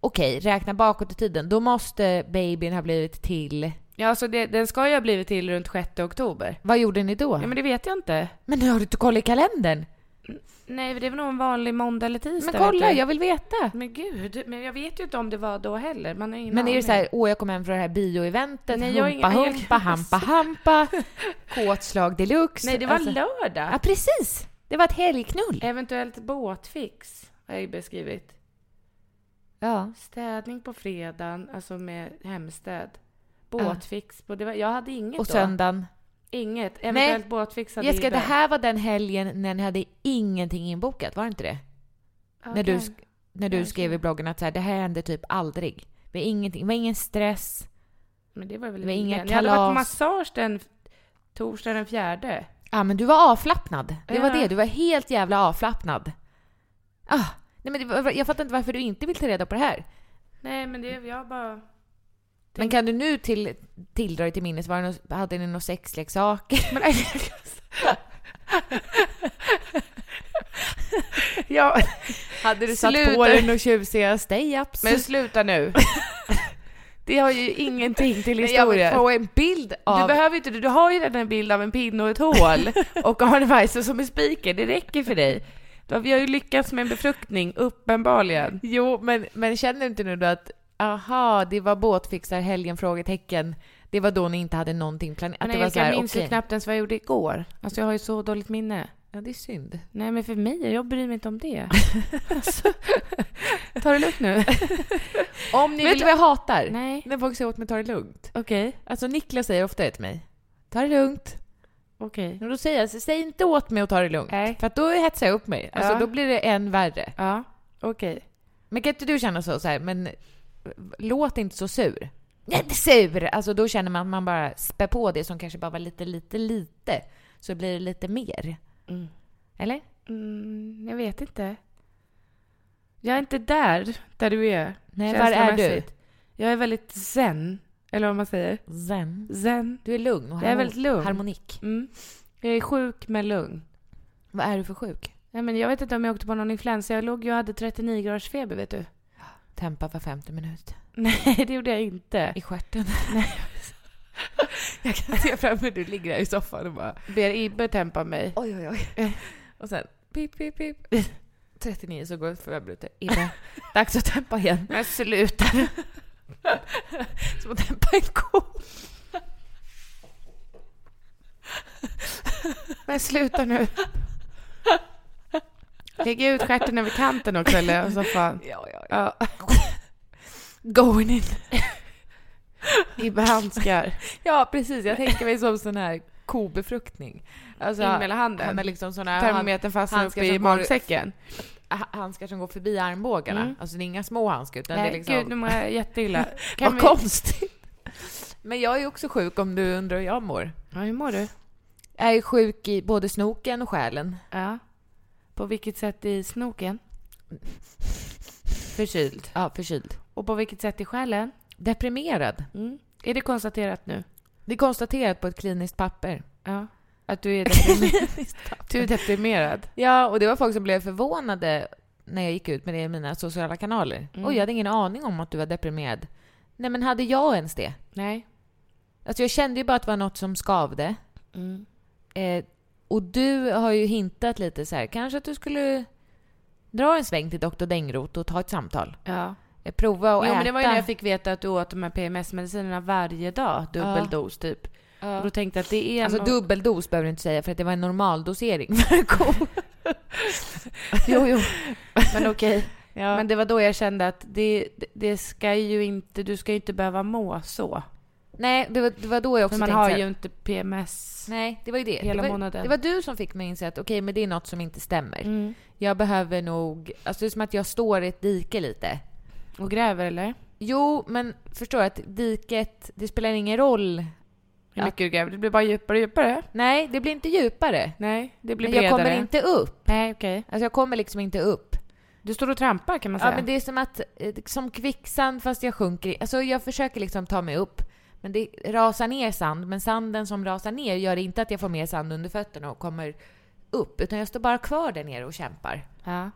okej, räkna bakåt i tiden. Då måste babyn ha blivit till, Ja, så det, den ska ju ha blivit till runt 6 oktober. vad gjorde ni då? Ja, men, men det vet jag inte. nu har du inte kollat i kalendern? Nej, det är väl nog en vanlig måndag eller tisdag. Men kolla, vet du. jag vill veta. Men gud, men jag vet ju inte om det var då heller. Man har ingen Men är det aning. så här, åh, jag kom hem från det här bioeventet, Nej, nej, jag har humpa, ingen- jag- humpa, hampa, hampa, kåtslag deluxe. Nej, det var Alltså- lördag. Ja, precis. Det var ett helgknull. Eventuellt båtfix har jag ju beskrivit. Ja. Städning på fredagen, alltså med hemstäd. Båtfix. På, det var, jag hade inget Och då. söndagen. Inget. Eventuellt båtfix hade Jessica, Ibe. det här var den helgen när ni hade ingenting inbokat, var det inte det? Ja, När, du, kan- sk- när du kanske. skrev i bloggen att så här, det här hände typ aldrig. Det var, ingenting, det var ingen stress. Men det var väl det var inga inga Jag hade varit på kalas. massage den torsdag den fjärde. Ja, men du var avslappnad. Det var Ja. det. Du var helt jävla avslappnad. Ah, nej, men det var, jag fattar inte varför du inte vill ta reda på det här. Nej, men det, jag bara... Men kan du nu till, tilldra dig till minnes, var det nå- hade ni några sexleksaker? Men, ja, Hade du Sluta. satt på dig några tjusiga stay-ups? men sluta nu. Det har ju ingenting till Men jag vill historien. få en bild av... Du behöver inte det. Du har ju redan en bild av en pinne och ett hål och Arne Weise som är spiker. Det räcker för dig. Då- Vi har ju lyckats med en befruktning, uppenbarligen. Jo, men, men känner du inte nu då att aha, det var båtfixarhelgen? Frågetecken. Det var då ni inte hade någonting planerat? Att Men det var jag så här, minns ju okej. knappt ens vad jag gjorde igår. Alltså jag har ju så dåligt minne. Ja, det är synd. Nej, men för mig, jag bryr mig inte om det. alltså, ta det lugnt nu. Om ni Vet du vad jag hatar? Nej, När folk säger åt mig ta det lugnt. okej. Alltså Niklas säger ofta det till mig. Ta det lugnt. Okej. Och då säger jag, säg inte åt mig att ta det lugnt. Nej. För att då hetsar jag upp mig. Alltså Ja. då blir det än värre. Ja, okej. Men kan inte du känna så, så här, men låt inte så sur. Jag är inte sur! Alltså då känner man att man bara spär på det som kanske bara var lite, lite, lite. Så blir det lite mer. Mm. Eller? Mm, jag vet inte. Jag är inte där, där du är. Nej, var är du? känslomässigt. Jag är väldigt zen, eller vad man säger. Zen. Zen. Du är lugn och Jag är harmon- väldigt lugn. harmonik. Mm. Jag är sjuk men lugn. Vad är du för sjuk? Nej, men jag vet inte om jag åkte på någon influensa. Jag låg ju och hade 39 graders feber, vet du. Tempa var femte minut. Nej, det gjorde jag inte. I stjärten. jag kan se framför mig du ligger där i soffan och bara Ber Ibbe tempa mig. oj, oj, oj. Och sen pip, pip, pip. 39 så går det fem minuter. Eva, dags att tempa igen. Men sluta. Som att tempa en ko. Men sluta nu. Lägg ut stjärten över kanten också, eller? Och så fan. Ja, ja, Ja, Going in. Ibbe handskar. Ja, precis. Jag tänker mig som sån här kobefruktning. Alltså, In mellan handen. Han har liksom såna här... han- Termometern fastnar handskar uppe i som går- magsäcken. ha- handskar som går förbi armbågarna. Mm. Alltså det är inga små handskar utan Nej, det är liksom... gud, nu mår jag jätteilla. vad Kan vi... konstigt! Men jag är också sjuk om du undrar hur jag mår. Ja, hur mår du? Jag är sjuk i både snoken och själen. Ja. På vilket sätt i snoken? Förkyld. Ja, förkyld. Och på vilket sätt i själen? Deprimerad. Mm. Är det konstaterat nu? Det är konstaterat på ett kliniskt papper. Ja. Att du är deprimerad? du är deprimerad? Ja, och det var folk som blev förvånade när jag gick ut med det i mina sociala kanaler. Mm. Och jag hade ingen aning om att du var deprimerad. Nej, men hade jag ens det? Nej. Alltså jag kände ju bara att det var något som skavde. Mm. Eh, och du har ju hintat lite så här, kanske att du skulle dra en sväng till Dr. Dängrot och ta ett samtal. Ja. Eh, prova och jo, äta. men det var ju när jag fick veta att du åt de här PMS-medicinerna varje dag, dubbeldos typ. Och då tänkte jag att det är Alltså nå- dubbeldos behöver du inte säga för att det var en normaldosering för ko. Jo, jo. Men okej. Ja. Men det var då jag kände att det, det- det ska ju inte, du ska ju inte behöva må så. Nej, det var, det var då jag För också man tänkte har så här- ju inte PMS. Nej, det var ju det. Hela det, var, månaden. det var du som fick mig att inse att okej, men det är något som inte stämmer. Mm. Jag behöver nog... Alltså det är som att jag står i ett dike lite. Och gräver eller? Jo, men förstår du att diket, det spelar ingen roll. Hur Ja. mycket du gräver? Det blir bara djupare och djupare. Nej, det blir inte djupare. Nej, det blir Men bredare. jag kommer inte upp. Nej, okej. Alltså jag kommer liksom inte upp. Du står och trampar kan man säga. Ja, men det är som att, eh, som kvicksand fast jag sjunker i. Alltså jag försöker liksom ta mig upp. Men det rasar ner sand, men sanden som rasar ner gör inte att jag får mer sand under fötterna och kommer upp. Utan jag står bara kvar där nere och kämpar. Ja.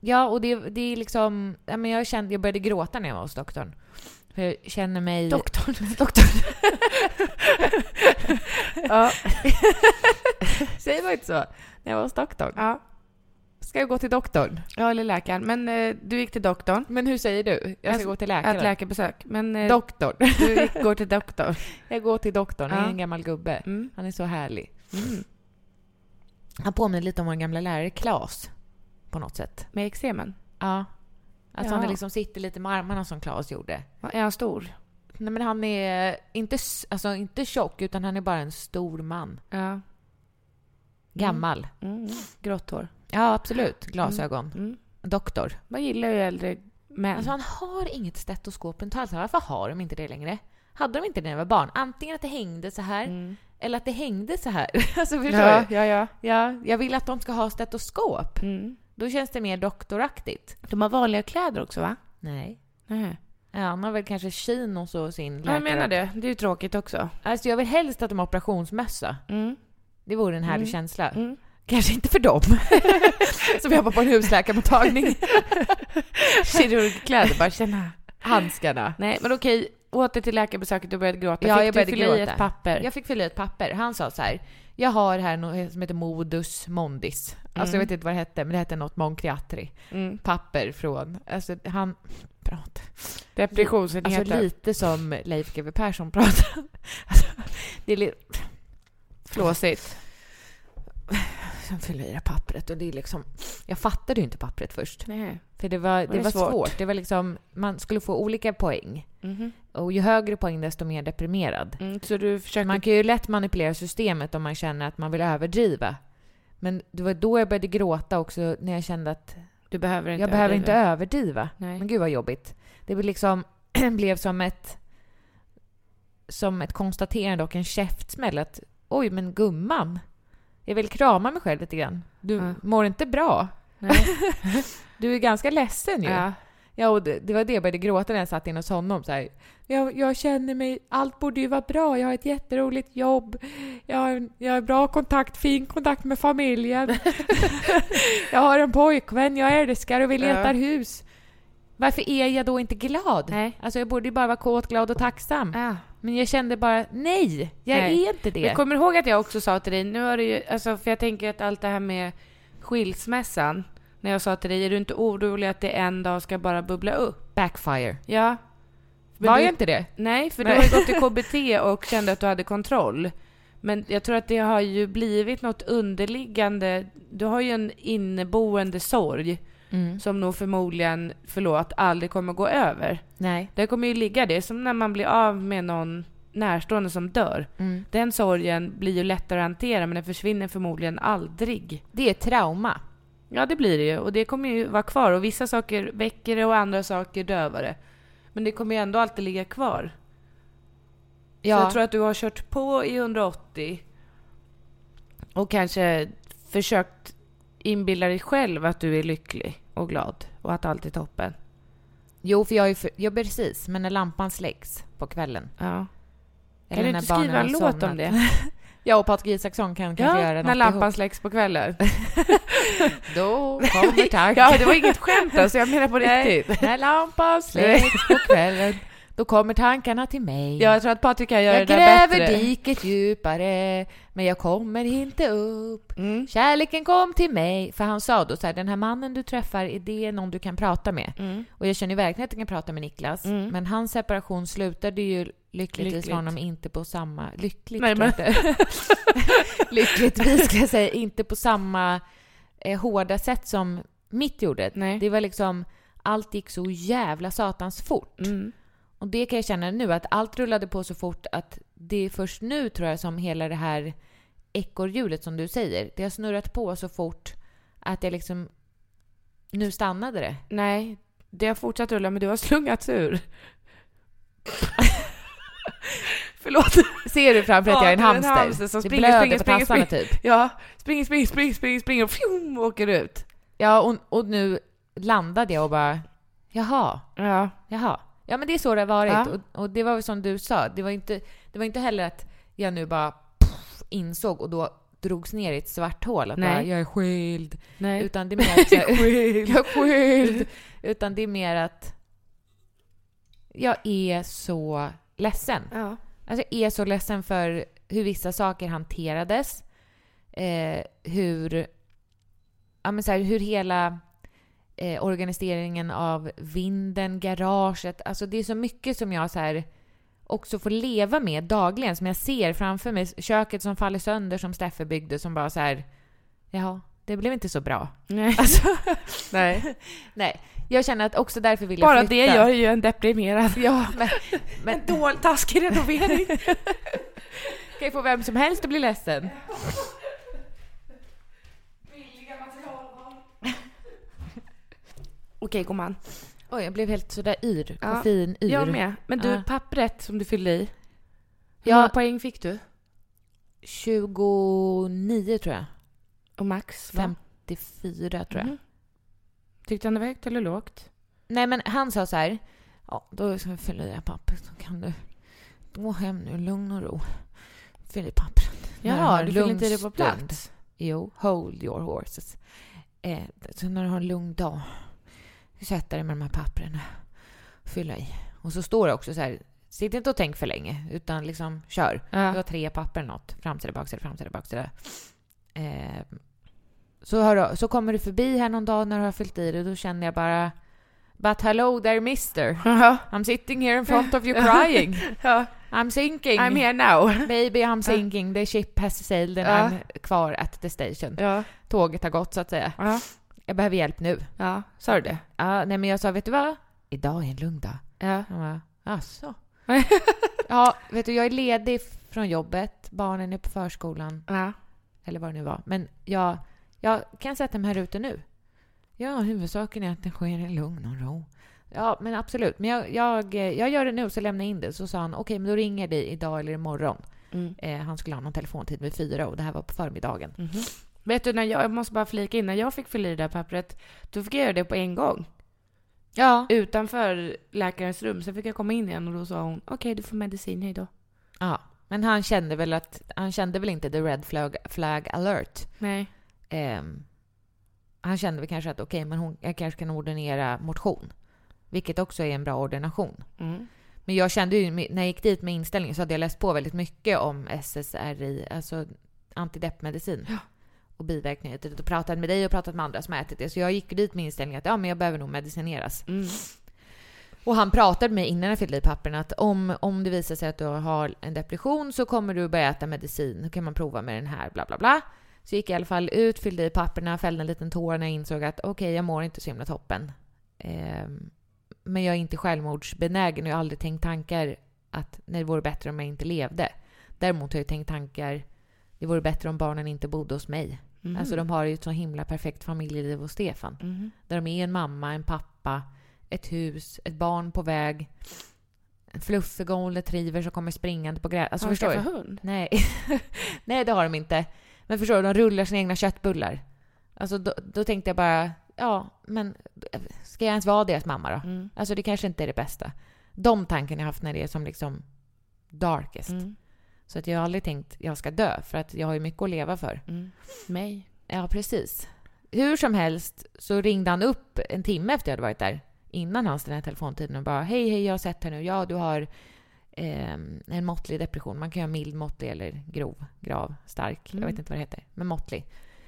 Ja, och det, det är liksom... Ja, men jag, kände, jag började gråta när jag var hos doktorn. För jag känner mig... Doktorn. ja. Säger man inte så? När jag var hos doktorn. ja. Ska jag gå till doktorn? ja, eller läkaren. Men eh, du gick till doktorn. Men hur säger du? Jag ska Alltså, gå till Ett läkaren. läkarbesök. Men eh, Doktorn. du gick, går till doktorn. Jag går till doktorn. Det är Ja. en gammal gubbe. Mm. Han är så härlig. Han påminner lite om vår gamla lärare Klas. På något sätt. Med eksemen. Ja. Att han Ja. liksom sitter lite med armarna som Klas gjorde. Ja, Är han stor? Nej men han är inte, s- alltså, inte tjock utan han är bara en stor man. Ja. Gammal. Mm. Grått hår. Ja absolut. Glasögon. Mm. Doktor. Man gillar ju äldre män. Alltså han har inget stetoskop runt halsen. Varför har de inte det längre? Hade de inte det när jag var barn? Antingen att det hängde så här Mm. eller att det hängde så här. alltså förstår ja, du? ja, ja. Ja, jag vill att de ska ha stetoskop. Mm. Då känns det mer doktoraktigt. De har vanliga kläder också, va? Nej. Nej. Ja, han har väl kanske chinos och sin läkare. Jag menar det. Det är ju tråkigt också. Alltså jag vill helst att de har operationsmössa. Mm. Det vore en härlig känsla. Mm. Kanske inte för dem. Som jobbar på en husläkarmottagning. Kirurgkläder, bara känna. Handskarna. Nej, men okej. Åter till läkarbesöket. Du började gråta. Ja, Fick jag började du fylla i gråta. ett papper? Jag fick fylla i ett papper. Han sa så här. Jag har här något som heter Modus Mondis. Alltså jag vet inte vad det hette, men det hette något Moncriatri. Mm. Papper från... Alltså han... Prat. Depressionsenheten. Alltså lite som Leif GW Persson pratar. Alltså, det är lite... flåsigt. Som fyller i det här pappret och det är liksom... Jag fattade ju inte pappret först. Nej. För det var, det det var svårt? svårt. Det var liksom... Man skulle få olika poäng. Mhm. Och ju högre poäng desto mer deprimerad. Mm, så du försökte... Man kan ju lätt manipulera systemet om man känner att man vill överdriva. Men det var då jag började gråta också när jag kände att du behöver inte jag behöver inte överdriva. överdriva. Nej. Men gud vad jobbigt. Det blev liksom blev som ett som ett konstaterande och en käftsmäll att oj men gumman, jag vill krama mig själv lite grann. Du Ja. mår inte bra. Nej. Du är ganska ledsen ju. Ja. Ja, och det, det var det jag började gråta när jag satt in hos honom. Så här, jag, jag känner mig... Allt borde ju vara bra. Jag har ett jätteroligt jobb. Jag har, en- jag har bra kontakt, fin kontakt med familjen. jag har en pojkvän jag älskar och vi Ja. letar hus. Varför är jag då inte glad? Nej. Alltså jag borde ju bara vara kåt, glad och tacksam. Ja. Men jag kände bara, nej, jag Nej. är inte det. Jag kommer ihåg att jag också sa till dig, nu har du ju, alltså, för jag tänker att allt det här med skilsmässan, när jag sa till dig, är du inte orolig att det en dag ska bara bubbla upp? Backfire. Ja. Men Var du, jag inte det? Nej, för Nej. du har ju gått till KBT och kände att du hade kontroll. Men jag tror att det har ju blivit något underliggande, du har ju en inneboende sorg Mm. som nog förmodligen, förlåt, aldrig kommer gå över. Nej. Det kommer ju ligga det, som när man blir av med någon närstående som dör. Mm. Den sorgen blir ju lättare att hantera men den försvinner förmodligen aldrig. Det är ett trauma. Ja det blir det ju och det kommer ju vara kvar och vissa saker väcker det och andra saker dövar det. Men det kommer ju ändå alltid ligga kvar. Så jag tror att du har kört på i 180 Och kanske försökt inbilla dig själv att du är lycklig och glad och att allt är toppen. Jo, för jag är för, ja, precis. Men när lampan släcks på kvällen. Ja. eller Kan du när inte skriva en barnen har låt om somnat. det? Jag och Patrik Isaksson kan kanske göra Ja, något när lampan ihop. släcks på kvällen. Då kommer tack. Ja, det var inget skämt alltså, jag menar på Nej, riktigt. När lampan släcks på kvällen, då kommer tankarna till mig. Ja, jag tror att Patrik kan göra jag det där gräver bättre. diket djupare, men jag kommer inte upp. Mm. Kärleken kom till mig. För han sa då så här, den här mannen du träffar, är det någon du kan prata med? Mm. Och jag känner ju verkligen att jag kan prata med Niklas. Mm. Men hans separation slutade ju lyckligtvis Lyckligt. för honom inte på samma... Lyckligt Nej, tror jag inte. Lyckligtvis ska jag säga, inte på samma eh, hårda sätt som mitt gjorde. Nej. Det var liksom, allt gick så jävla satans fort. Mm. Och det kan jag känna nu, att allt rullade på så fort att det är först nu tror jag som hela det här ekorrhjulet som du säger, det har snurrat på så fort att jag liksom... Nu stannade det. Nej, det har fortsatt rulla men du har slungats ur. Förlåt. Ser du framför att Ja, jag är en du är en hamster? hamster som det springer, blöder springer, på springer, tassarna springer. typ. Ja, spring, spring, spring, spring, spring och fjum, åker ut. Ja, och, och nu landade jag och bara jaha, Ja. jaha. Ja, men det är så det har varit. Ja. Och, och det var väl som du sa, det var inte, det var inte heller att jag nu bara pff, insåg och då drogs ner i ett svart hål. Att Nej. bara, jag är skild. Nej. Utan det är mer att jag, Skild. jag är skild. Utan det är mer att jag är så ledsen. Ja. Alltså jag är så ledsen för hur vissa saker hanterades. Eh, hur, ja, men så här, hur hela eh, organiseringen av vinden, garaget. Alltså det är så mycket som jag så här, också får leva med dagligen. Som jag ser framför mig. Köket som faller sönder som Steffe byggde som bara så här, jaha, det blev inte så bra. Nej. Alltså, Nej. nej, jag känner att också därför vill jag Bara flytta. det gör ju en deprimerad. Ja, men, men En dålig, taskig renovering. kan ju få vem som helst att bli ledsen. Okej, gumman. Oj, jag blev helt sådär yr. Ja, Koffein, yr. Jag med. Men du, Ja. pappret som du fyllde i. Hur Ja. många poäng fick du? 29 tror jag. Och max? va? 54 tror jag. Mm. Tyckte han det var högt eller lågt? Nej, men han sa så här. Ja, då ska jag fylla i det här pappret. Så kan du gå hem nu, lugn och ro. Fyll i pappret. Jaha, Nej, du lugn fyllde inte det på stund. plats? Jo, hold your horses. Eh, så när du har en lugn dag, sätta dig med de här papperna. Fylla i. Och så står det också så här. Sitt inte och tänk för länge, utan liksom kör. Du Ja. har tre papper eller något. Framsida, baksida, framsida, baksida. Eh, så, har du, så kommer du förbi här någon dag när du har fyllt i det. Då känner jag bara But hello there mister. Ja. I'm sitting here in front of you crying. Ja. I'm sinking. I'm here now. Baby I'm sinking. The ship has sailed and Ja. I'm kvar at the station. Ja. Tåget har gått så att säga. Ja. Jag behöver hjälp nu. Ja, sa du det? Ja, nej men jag sa vet du vad? Idag är en lugn dag. Ja. Han bara, "Jaså?" Ja, vet du jag är ledig från jobbet. Barnen är på förskolan. ja. eller vad det nu var. Men jag, jag kan sätta mig här ute nu. Ja, huvudsaken är att det sker i lugn och ro. Ja, men absolut. Men jag, jag, eh, jag gör det nu, så lämnar jag in det. Så sa han, okej, men då ringer jag dig idag eller imorgon. Mm. Eh, han skulle ha någon telefontid vid fyra och det här var på förmiddagen. Vet du, när jag, jag måste bara flika in, när jag fick fylla i det där pappret, då fick jag göra det på en gång. Ja. Utanför läkarens rum, sen fick jag komma in igen och då sa hon okej, du får medicin, hej då. ja. Men han kände väl att, han kände väl inte the red flag, flag alert. Nej. Ehm, han kände väl kanske att okej, men hon, jag kanske kan ordinera motion. Vilket också är en bra ordination. Mm. Men jag kände ju, när jag gick dit med inställningen så hade jag läst på väldigt mycket om SSRI, alltså antideppmedicin. Och biverkningar. Och pratat med dig och pratat med andra som har ätit det. Så jag gick ju dit med inställningen att ja, men jag behöver nog medicineras. Mm. Och han pratade med mig innan jag fyllde i papperna att om, om det visar sig att du har en depression så kommer du börja äta medicin. Då kan man prova med den här, bla bla bla. Så gick jag i alla fall ut, fyllde i papperna, fällde en liten tår när jag insåg att okej, jag mår inte så himla toppen. Ehm, men jag är inte självmordsbenägen och jag har aldrig tänkt tankar att nej, det vore bättre om jag inte levde. Däremot har jag tänkt tankar det vore bättre om barnen inte bodde hos mig. Mm. Alltså de har ju ett så himla perfekt familjeliv hos Stefan. Mm. Där de är en mamma, en pappa, ett hus, ett barn på väg. En fluffig golden retriever som kommer springande på gräset. Alltså Har de förstår du? skaffat hund? Nej. Nej, det har de inte. Men förstår du, de rullar sina egna köttbullar. Alltså då, då tänkte jag bara, ja, men ska jag ens vara deras mamma då? Mm. Alltså det kanske inte är det bästa. De tankarna jag haft när det är som liksom darkest. Mm. Så att jag har aldrig tänkt jag ska dö för att jag har ju mycket att leva för. Mm. Mig. Ja, precis. Hur som helst så ringde han upp en timme efter jag hade varit där. Innan hans den här telefontiden och bara hej, hej, jag har sett här nu. Ja, du har ehm, en måttlig depression. Man kan göra mild, måttlig eller grov, grav, stark. Jag Mm. vet inte vad det heter, men måttlig.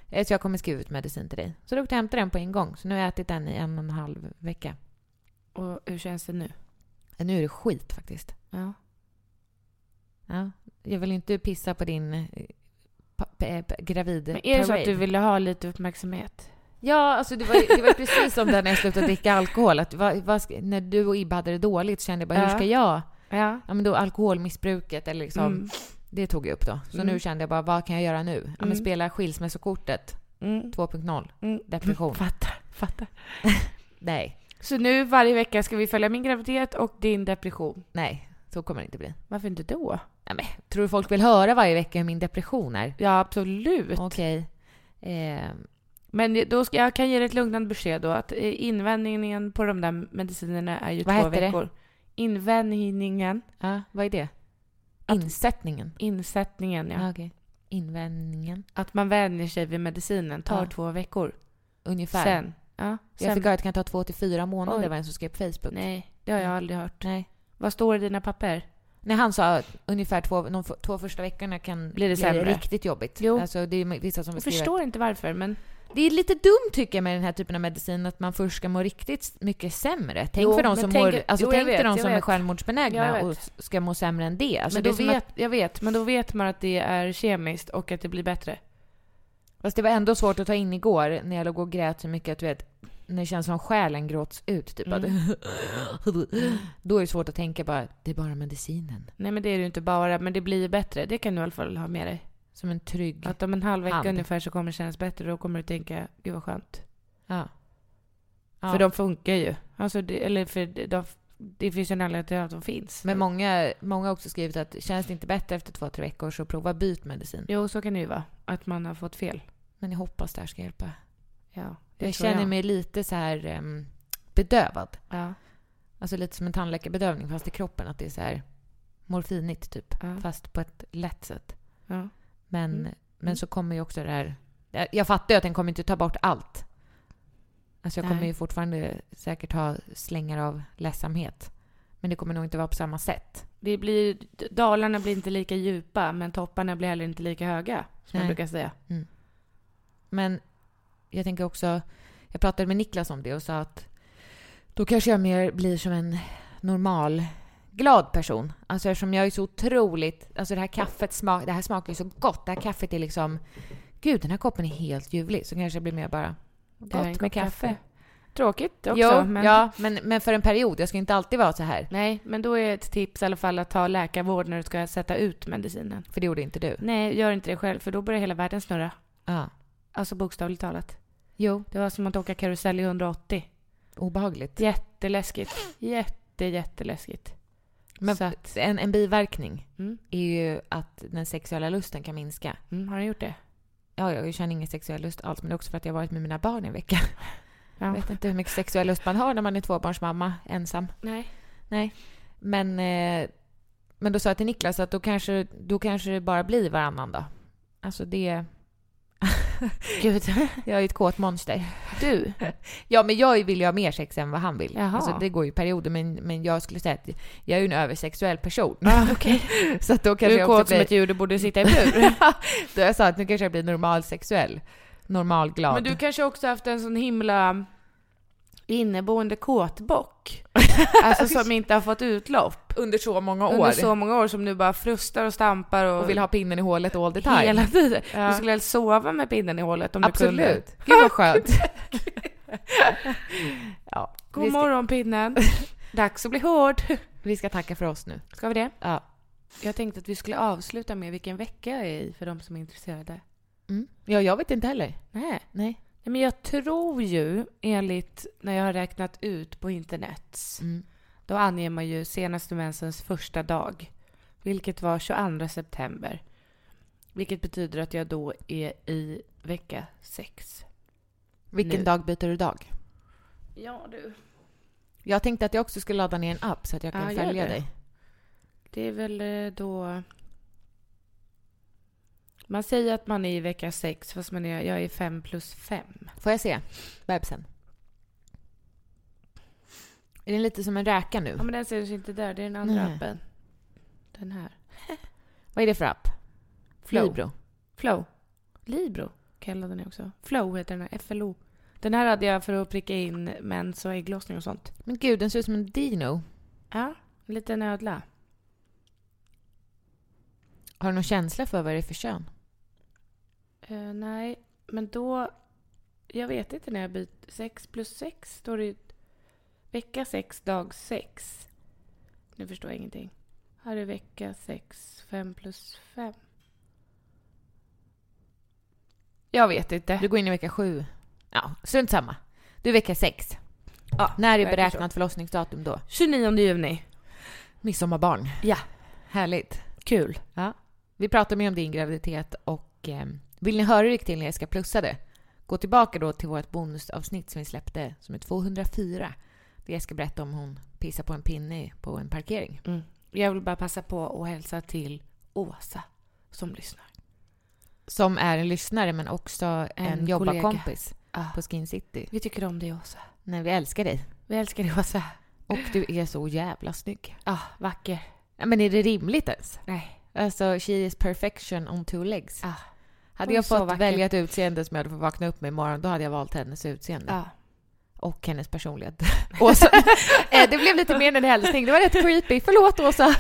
Eh, Så jag kommer skriva ut medicin till dig. Så då åkte jag och hämtade den på en gång. Så nu har jag ätit den i en och en halv vecka. Och hur känns det nu? Eh, Nu är det skit faktiskt. Ja. Ja, jag vill inte pissa på din eh, pa- pa- pa- gravid Men är det så att parade. du ville ha lite uppmärksamhet? Ja, alltså det var, ju- det var ju precis som där när jag slutade dricka alkohol. Att vad, vad, ska- när du och Ibbe hade det dåligt så kände jag bara, hur Ja. ska jag? Ja. Ja, men då alkoholmissbruket eller liksom, Mm. det tog jag upp då. Så Mm. nu kände jag bara, vad kan jag göra nu? Ja, men Mm. spela skilsmässokortet Mm. 2.0, Mm. depression. Fattar, fattar. Nej, Så nu varje vecka ska vi följa min graviditet och din depression. nej, så kommer det inte bli. Varför inte då? Nej, men, tror du folk vill höra varje vecka hur min depression är? Ja, absolut. Okej. Eh, Men då ska, jag kan ge dig ett lugnande besked då. Att eh, invändningen på de där medicinerna är ju Vad två heter det? veckor. Invändningen. ja, vad är det? Att- Insättningen? Insättningen, ja. Ja, okej. Invändningen? Att man vänjer sig vid medicinen tar Ja. två veckor. Ungefär. Sen. Ja, Jag sen. fick höra att det kan ta två till fyra månader Oj. var det en som skrev på Facebook. Nej, det har jag aldrig hört. Nej. Vad står det i dina papper? Nej, han sa att ungefär två, de f- två första veckorna kan Blir det sämre? riktigt jobbigt. Jo. Alltså, det är vissa som Jag beskriver- förstår inte varför, men... Det är lite dumt tycker jag med den här typen av medicin att man först ska må riktigt mycket sämre. Tänk Jo, för de men som, tänk- mår, alltså, jo, jag tänk vet, för de jag som är vet. Jag självmordsbenägna vet. och s- ska må sämre än det. Alltså, men det då är som vet, att, jag vet, men då vet man att det är kemiskt och att det blir bättre. fast det var ändå svårt att ta in igår när jag låg och grät så mycket att du vet, när det känns som själen gråts ut. Typ, Mm. att, då är det svårt att tänka bara, det är bara medicinen. Nej, men det är det ju inte bara, men det blir ju bättre. Det kan du i alla fall ha med dig. Som en trygg... Att om en halv vecka Hand. ungefär så kommer det kännas bättre. Då kommer du tänka, gud vad skönt. Ja. Ja. För de funkar ju. Alltså, det, eller för de, de, det finns ju en anledning till att de finns. Men många, många har också skrivit att känns det inte bättre efter två, tre veckor så prova byt medicin. Jo, så kan det ju vara. Att man har fått fel. Men jag hoppas det här ska hjälpa. Ja, det Jag tror känner mig lite så här ehm, bedövad. Ja, Alltså lite som en tandläkarbedövning fast i kroppen. Att det är så här morfinigt typ. Ja. Fast på ett lätt sätt. ja. Men, Mm. men så kommer ju också det här... Jag- Jag fattar ju att den kommer inte ta bort allt. Alltså jag Nej. kommer ju fortfarande säkert ha slängar av ledsamhet. Men det kommer nog inte vara på samma sätt. Det blir, dalarna blir inte lika djupa, men topparna blir heller inte lika höga. Som Nej. jag brukar säga. Men jag tänker också, jag pratade med Niklas om det och sa att då kanske jag mer blir som en normal glad person. Alltså eftersom jag är så otroligt, alltså det här kaffet smak, det här smakar ju så gott. Det här kaffet är liksom, gud den här koppen är helt ljuvlig. Så kanske jag blir mer bara Det här är en gott med kopp kaffe. Tråkigt också. jo, men, ja, men, men för en period. Jag ska inte alltid vara så här. Nej, men då är ett tips i alla fall att ta läkarvård när du ska sätta ut medicinen. För det gjorde inte du. Nej, gör inte det själv, för då börjar hela världen snurra. Ja. Alltså bokstavligt talat. Jo, Det var som att åka karusell i 180. obehagligt. Jätteläskigt. Jätte, jätteläskigt. Men så att- en, en biverkning Mm. är ju att den sexuella lusten kan minska. Mm, har du gjort det? Ja, jag känner ingen sexuell lust alls, men det är också för att jag har varit med mina barn i en vecka. Jag Ja. vet inte hur mycket sexuell lust man har när man är tvåbarnsmamma ensam. Nej. Men, eh, men då sa jag till Niklas att då kanske, då kanske det bara blir varannan dag. Alltså det... Gud. Jag är ju ett kåt monster. Du. Ja, men jag vill ju ha mer sex än vad han vill. Jaha. Alltså det går ju i perioder, men, men jag skulle säga att jag är ju en översexuell person. Ah, Okej. Så att då Du kanske är jag också kåt som blir... ett djur, du borde sitta i bur. då jag sa att nu kanske jag blir normalsexuell. Normalglad. Men du kanske också haft en sån himla inneboende kåtbock. Alltså som inte har fått utlopp Under så många år. under så många år som nu bara frustar och stampar och, och vill ha pinnen i hålet all the time. hela tiden. Ja. Du skulle helst sova med pinnen i hålet om du kunde. Absolut. Gud vad skönt. ja, vi, God ska, morgon pinnen. Dags att bli hård. vi ska tacka för oss nu. Ska vi det? Ja. Jag tänkte att vi skulle avsluta med vilken vecka jag är i för de som är intresserade. Mm. Ja, jag vet inte heller. Nej. Nej. Nej, men jag tror ju, enligt när jag har räknat ut på internet, Mm. då anger man ju senaste mensens första dag, vilket var 22 september. Vilket betyder att jag då är i vecka sex. Vilken Nu. dag byter du dag? Ja du. Jag tänkte att jag också skulle ladda ner en app så att jag Ja, kan gör följa det. dig. Det är väl eh, då... Man säger att man är i vecka sex fast man är, jag är fem plus fem. Får jag se bebisen? Är den lite som en räka nu? Ja men den syns inte där, det är den andra Nej. appen. Den här. Vad är det för app? Flow. Libro. Flow. Libro kallade den också. Flow heter den här, FLO. Den här hade jag för att pricka in mens och ägglossning och sånt. Men gud, den ser ut som en dino. Ja, en liten ödla. Har du någon känsla för vad det är för kön? Eh, nej, men då... Jag vet inte när jag byter. sex plus sex står det ju... Vecka sex dag sex Nu förstår jag ingenting. Här är vecka sex fem plus fem Jag vet inte. Du går in i vecka sju. Ja, strunt samma. Du är vecka sex. Ja, När är verkar beräknat förlossningsdatum då? så. 29 juni. Midsommarbarn. Ja. Härligt. Kul. Vi pratar mer om din graviditet och eh, vill ni höra riktigt till när jag ska plussa det? Gå tillbaka då till vårt bonusavsnitt som vi släppte som är 204. Där jag ska berätta om hon pissar på en pinne på en parkering. Mm. Jag vill bara passa på att hälsa till Åsa som lyssnar. Som är en lyssnare men också en, En jobbarkompis Ah. på Skin City. Vi tycker om dig Åsa. Nej, vi älskar dig. Vi älskar dig Åsa. Och du är så jävla snygg. Ah, vacker. Ja, Men är det rimligt ens? Nej. Alltså, she is perfection on two legs. Ah. Hade Hon är jag så fått vacker. välja ett utseende som jag hade fått vakna upp med imorgon, då hade jag valt hennes utseende. Ah. Och hennes personlighet. Åsa. Eh, det blev lite mer än en hälsning. Det var rätt creepy. Förlåt Åsa.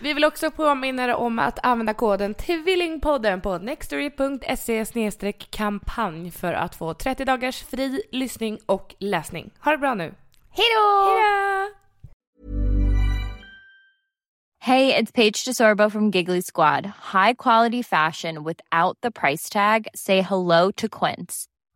Vi vill också påminna er om att använda koden Tvillingpodden på nextory.se kampanj för att få 30 dagars fri lyssning och läsning. Ha det bra nu! Hej Hejdå! Hey, it's Paige DeSorbo from Giggly Squad. High quality fashion without the price tag. Say hello to Quince.